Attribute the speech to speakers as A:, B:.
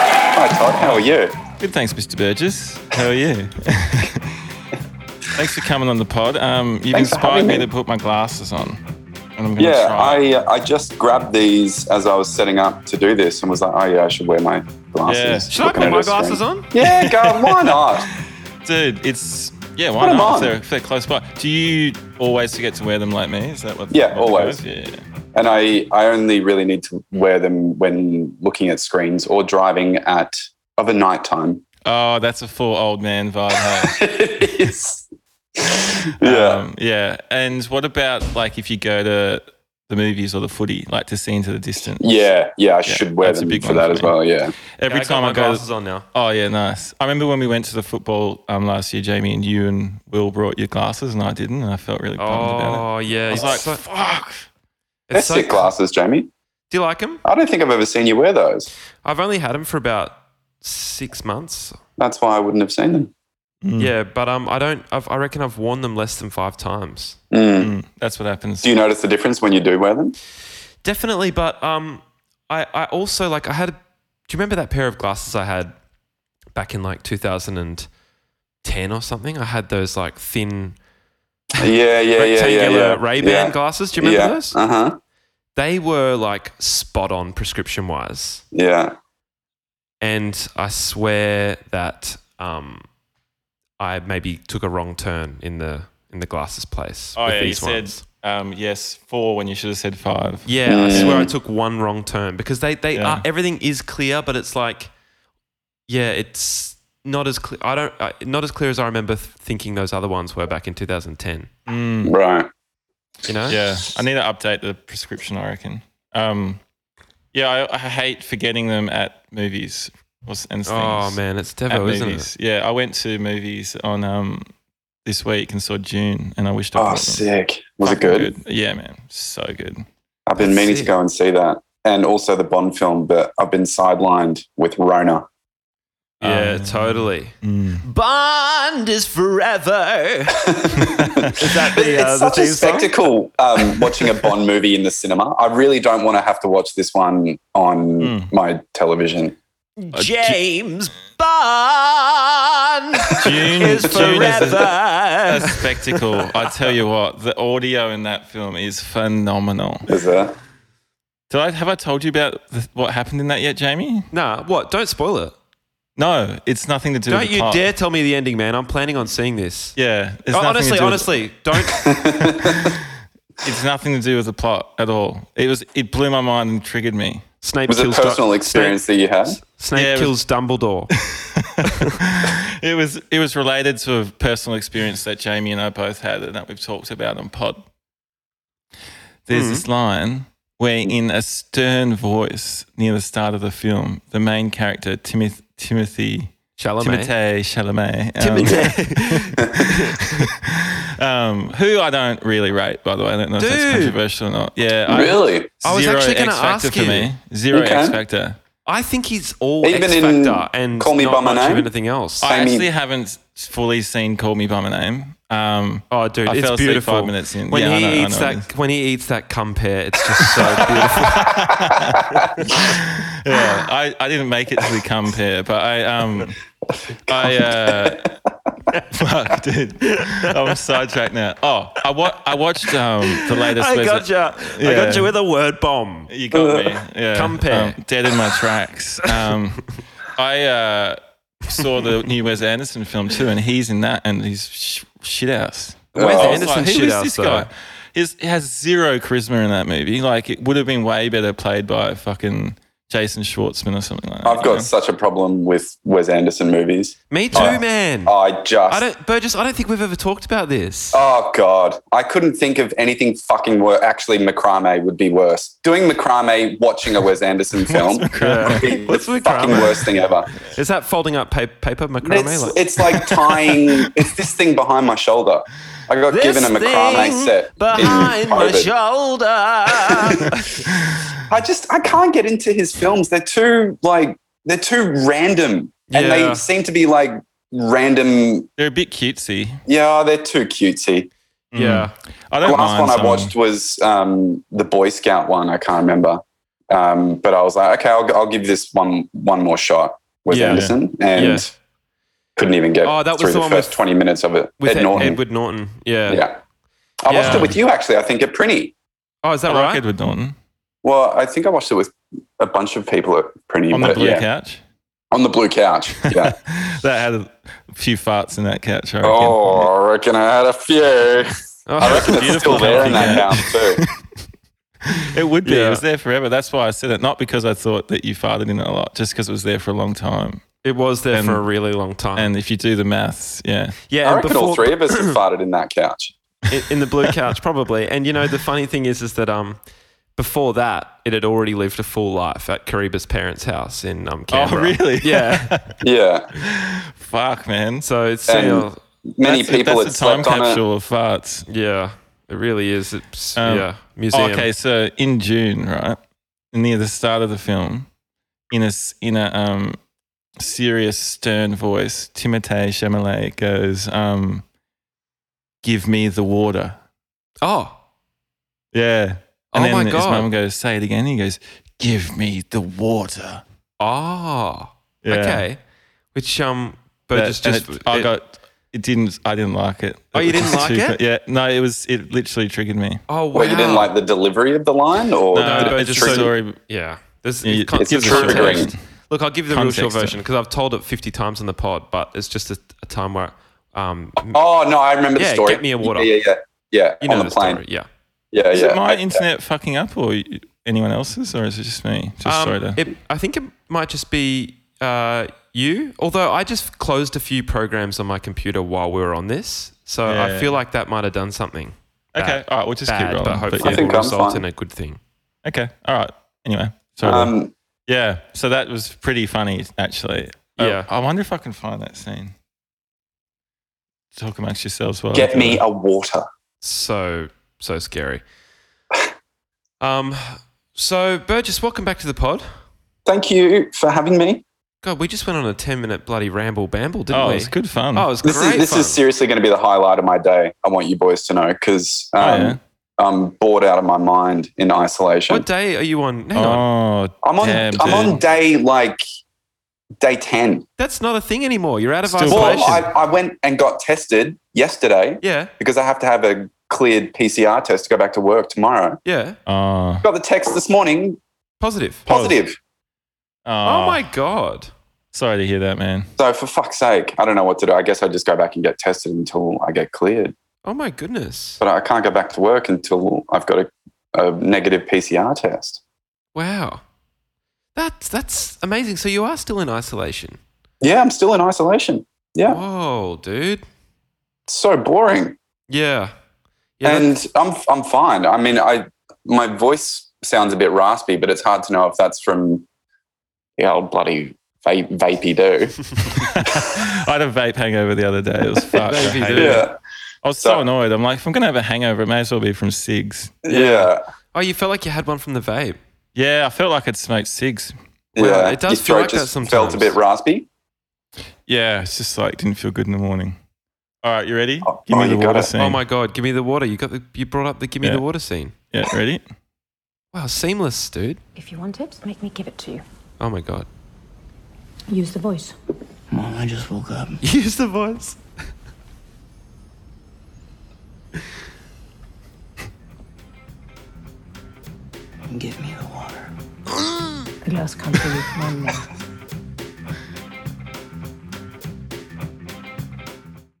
A: Todd. How are you?
B: Good, thanks, Mr. Burgess. How are you? thanks for coming on the pod. Um, you've
A: Thanks for
B: inspired
A: having
B: me
A: me.
B: to put my glasses on, and I'm going to
A: Yeah,
B: try.
A: I uh, I just grabbed these as I was setting up to do this and was like, oh yeah, I should wear my glasses.
B: Yeah.
C: Should I
A: Looking
C: put
A: at
C: my
A: a screen.
C: glasses on?
A: Yeah, go. Why not?
B: Dude, it's yeah.
A: Put
B: Why
A: 'em
B: not? If
A: on.
B: they're, if they're close by. Do you always forget to wear them like me? Is that what?
A: Yeah,
B: what the
A: always.
B: code- Yeah.
A: And I I only really need to wear them when looking at screens or driving at of a night time.
B: Oh, that's a full old man vibe. Hey?
A: It's- yeah.
B: Um, yeah. And what about like if you go to the movies or the footy, like to see into the distance?
A: yeah, yeah, I should wear
B: that's a
A: them
B: big
A: for
B: one
A: that
B: for
A: as
B: me.
A: well. Yeah,
B: Every
C: Yeah, I got
B: time
C: my
B: I go,
C: glasses on now.
B: oh yeah, nice. I remember when we went to the football um, last year, Jamie and you and Will brought your glasses, and I didn't, and I felt really bummed about it.
C: Oh yeah,
B: I was
C: it's
B: like,
C: so-
B: fuck.
A: they're
C: it's so-
A: sick glasses, Jamie.
C: Do you like them?
A: I don't think I've ever seen you wear those.
C: I've only had them for about six months.
A: That's why I wouldn't have seen them.
B: Mm.
C: Yeah, but um, I don't. I've, I reckon I've worn them less than five times.
A: Mm.
B: Mm, that's what happens.
A: Do you notice the difference when you do wear them?
C: Definitely, but um, I I also like I had. Do you remember that pair of glasses I had back in like 2010 or something? I had those like thin
A: Yeah, yeah, yeah, yeah, yeah.
C: rectangular
A: yeah.
C: Ray Ban glasses. Do you remember
A: yeah.
C: those?
A: Uh huh.
C: They were like spot on prescription wise.
A: Yeah.
C: and I swear that um, I maybe took a wrong turn in the in the glasses place.
B: Oh
C: with
B: yeah, you
C: these
B: said
C: ones.
B: um, yes four when you should have said five.
C: Yeah, I
A: Mm.
C: swear I took one wrong turn because they they
B: Yeah.
C: are everything is clear, but it's like, yeah, it's not as clear. I don't I, not as clear as I remember th- thinking those other ones were back in 2010.
B: Mm.
C: Hmm.
A: Right.
C: You know?
B: Yeah, I need to update the prescription. I reckon. Um, yeah, I, I hate forgetting them at movies or s- and things.
C: Oh man, it's
B: at
C: Devo, isn't it?
B: movies. Yeah, I went to movies on um this week and saw June, and I wished I
C: Ah,
A: Oh,
B: bought them.
A: sick. Was it
B: Fucking
A: good?
B: Yeah, man, so good.
A: I've been meaning
C: Sick.
A: to go and see that, and also the Bond film, but I've been sidelined with Rona.
C: Yeah,
B: Um,
C: totally.
B: Mm.
C: Bond is forever.
A: Is
C: that
A: But
C: the,
A: it's
C: uh, the
A: such a
C: theme song?
A: spectacle um, watching a Bond movie in the cinema. I really don't want to have to watch this one on
C: Hmm.
B: Mm.
A: my television.
B: Uh, Ju-
C: James Bond
B: June
C: is
B: June is a, a
C: forever.
B: spectacle. I tell you what, the audio in that film is phenomenal.
A: Is there?
B: Did I have I told you about the, what happened in that yet, Jamie?
C: nah, what? Don't spoil it.
B: No, it's nothing to do. with
C: Don't
B: the
C: you
B: plot.
C: dare tell me the ending, man. I'm planning on seeing this.
B: Yeah, it's
C: Oh,
B: nothing to
C: honestly,
B: do with-
C: honestly, don't.
B: It's nothing to do with the plot at all. It was it blew my mind and triggered me.
C: Snape
A: Was it
C: kills.
A: a personal
C: Dun-
A: experience that you had?
C: Snape, Snape
B: Yeah, it was-
C: kills Dumbledore.
B: It was it was related to a personal experience that Jamie and I both had and that we've talked about on pod. There's
C: Hmm.
B: this line where in a stern voice near the start of the film, the main character Timoth- Timothy
C: Chalamet.
B: Timothée Chalamet. um, um, who I don't really rate, by the way. I don't know if that's
C: Dude.
B: controversial or not. Yeah, I-
A: Really?
C: I was
B: zero
C: actually gonna
B: X Factor
C: ask
B: for
C: you.
B: me. Zero
A: Okay.
B: X Factor.
C: I think he's all
A: Even
C: X
A: in
C: Factor and
A: Call Me
C: not
A: By My
C: much of
A: Name?
C: anything else.
B: I
A: Same
B: actually
A: in-
B: haven't fully seen Call Me by My Name. Um,
C: oh, dude,
B: I
C: it's
B: fell asleep
C: beautiful.
B: five minutes in.
C: When
B: Yeah, I
C: he
B: know- I
C: eats
B: know it
C: that, when he eats that cum pear, it's just so beautiful.
B: yeah, I, I didn't make it to the cum pair, but I um, I uh, fuck, dude, I'm sidetracked now. Oh, I wa- I watched um the latest.
C: I
B: Wes-
C: gotcha. I
B: Yeah.
C: got you with a word bomb.
B: You got me. Yeah.
C: Cum pair.
B: Um, dead in my tracks. Um, I uh, saw the new Wes Anderson film too, and he's in that, and he's sh- shit ass.
C: Wes
A: Oh.
B: It's
C: Anderson
B: like, who
C: shit
B: is
C: out
B: this
C: though.
B: guy? He's, he has zero charisma in that movie. Like it would have been way better played by fucking Jason Schwartzman or something like that.
A: I've
B: you
A: got
B: know?
A: such a problem with Wes Anderson movies.
C: Me too,
A: Oh.
C: man.
A: I just.
C: I don't, Burgess. I don't think we've ever talked about this.
A: Oh God, I couldn't think of anything fucking worse. Actually, macrame would be worse. Doing macrame, watching a Wes Anderson film, would be
C: What's
A: the
C: macrame?
A: fucking worst thing ever.
C: Is that folding up pa- paper macrame?
A: It's,
C: Like-
A: it's like tying. it's this thing behind my shoulder. I got given a macrame
C: thing
A: set in
C: behind my
A: COVID.
C: shoulder.
A: I just I can't get into his films. They're too like they're too random, and
C: Yeah.
A: they seem to be like random.
B: They're a bit cutesy. Mm.
A: Yeah, they're too cutesy.
C: yeah,
B: I
A: The
B: don't
A: last
B: mind
A: one I
B: someone-
A: watched was um, the Boy Scout one. I can't remember, um, but I was like, okay, I'll, I'll give this one one more shot. Wes
C: Yeah.
A: Anderson and couldn't even get
C: Oh, that was
A: through
C: the one
A: first
C: with-
A: 20 minutes of it.
C: with
A: Ed Norton.
C: Edward Norton. Yeah.
A: yeah. I watched
C: Yeah.
A: it with you, actually, I think, at Prinny.
C: Oh, is that
B: I
C: right?
B: like Edward Norton
A: Well, I think I watched it with a bunch of people at Prinny.
B: on the
A: but
B: blue
A: yeah.
B: couch.
A: On the blue couch. Yeah.
B: that had a few farts in that couch. I reckon.
A: oh, I reckon I had a few.
C: Oh,
A: I reckon it's still
B: Beautiful
A: there in that
B: healthy
A: house too.
B: It would be.
C: Yeah.
B: It was there forever. That's why I said it. Not because I thought that you farted in it a lot, just because it was there for a long time.
C: it was there
B: And-
C: for a really long time.
B: And if you do the maths, yeah.
C: yeah,
A: I
C: and
A: reckon all
C: before-
A: three of us have farted in that couch.
C: in, in the blue couch probably. And you know the funny thing is, is that um, before that it had already lived a full life at Kariba's parents' house in um Canberra.
B: Oh, really?
C: Yeah.
A: Yeah,
B: Fuck, man.
C: so it's
A: And
C: still,
A: many
B: That's-
A: people had
B: That's a time
A: slept on it.
B: capsule of farts.
C: yeah, it really is. It's
B: Um,
C: yeah, museum.
B: okay, so in June, right near the start of the film, in a s- in a um, serious, stern voice, Timothée Chalamet goes, um, "Give me the water."
C: Oh,
B: Yeah.
C: Oh
B: And then
C: my
B: his
C: God.
B: mum goes, "Say it again." He goes, "Give me the water."
C: oh,
B: Yeah.
C: okay. Which um, but
B: That-
C: just
B: and
C: just
B: it- I
C: it-
B: got. It didn't. I didn't like it.
C: Oh,
B: It
C: you
B: was
C: didn't
B: just
C: like
B: too-
C: it?
B: Yeah. No, it was. It literally triggered me.
C: oh wow.
A: Well, you didn't like the delivery of the line, or
B: No,
A: did
B: but
A: it
B: it's
A: treat-
B: a story.
C: yeah. This,
B: Yeah,
C: con-
A: It's a
B: gives
C: context.
A: triggering.
C: Look, I'll give you the real short
B: Context, yeah.
C: version because I've told it 50 times on the pod, but it's just a, a time where um,
A: Oh no, I remember
C: Yeah,
A: the story.
C: get me a water.
A: Yeah, yeah, yeah.
C: you
A: yeah
C: know
A: on the
C: the
A: plane.
C: story. Yeah.
A: Yeah,
B: Is
A: yeah.
B: it my
A: I-
B: internet fucking up or y- anyone else's, or is it just me? Just
C: Um,
B: sorry to.
C: it, I think it might just be uh, you, although I just closed a few programs on my computer while we were on this. So I
B: Yeah.
C: feel like that might have done something
B: okay,
C: bad-
B: all right, we'll just keep
C: bad,
B: rolling.
C: but
B: But
A: I
C: hopefully it
B: yeah.
C: will
A: think I'm
C: result
A: fine.
C: in a good thing.
B: Okay, all right. Anyway, sorry.
A: Um,
B: yeah, so that was pretty funny actually. I-
C: Yeah.
B: I, wonder if I can find that scene. Talk amongst yourselves. While I
A: get
B: do
A: me
B: it.
A: a water.
C: So, so scary. Um, so, Burgess, welcome back to the pod.
A: Thank you for having me.
C: God, we just went on a 10 minute bloody ramble bamble, didn't
B: Oh,
C: we?
B: it's good fun.
C: Oh, it was
A: This
C: great.
A: is this
C: fun.
A: is seriously going to be the highlight of my day. I want you boys to know because um,
B: Oh, yeah.
A: I'm bored out of my mind in isolation.
C: What day are you on? Hang on.
B: Oh,
A: I'm on.
B: damn,
A: I'm on
B: dude.
A: day like day ten.
C: That's not a thing anymore. You're out of
B: Still-
A: Well,
C: isolation.
A: I, I went and got tested yesterday
C: yeah,
A: because I have to have a cleared PCR test to go back to work tomorrow.
C: yeah.
B: Oh,
A: Got the text this morning,
C: Positive.
A: positive.
C: Oh,
B: oh
C: my God.
B: Sorry to hear that, man.
A: So for fuck's sake, I don't know what to do. I guess I just go back and get tested until I get cleared.
C: Oh my goodness.
A: But I can't go back to work until I've got a, a negative PCR test.
C: Wow. That's that's amazing. So you are still in isolation.
A: Yeah, I'm still in isolation. Yeah,
C: Whoa, dude.
A: it's so boring.
C: Yeah. Yeah. that-
A: and I'm I'm fine. I mean, I my voice sounds a bit raspy, but it's hard to know if that's from the old bloody va- vapey do.
B: I had a vape hangover the other day. It was fucked. I
C: Vape you
B: hated
C: do.
B: it.
A: Yeah,
B: I was so
A: So-
B: annoyed. I'm like, if I'm gonna have a hangover, it may as well be from cigs.
A: yeah, yeah.
C: oh, you felt like you had one from the vape.
B: Yeah, I felt like I'd smoked cigs.
C: Wow, it does
A: Your
C: feel
A: throat
C: like that
A: just
C: sometimes.
A: Felt a bit raspy.
B: Yeah, it's just like didn't feel good in the morning. All right, you ready?
A: Oh,
B: Give
A: oh,
B: me the
A: you got
B: water
A: it.
B: scene.
C: Oh my god, give me the water. You got the you brought up the give me
B: Yeah.
C: the water scene.
B: Yeah, ready?
C: Wow, seamless, dude.
D: If you want it, make me give it to you.
C: Oh my god.
D: Use the voice.
E: Mom, I just woke up.
C: Use the voice.
E: Give me the water.
D: The glass comes to you. One more.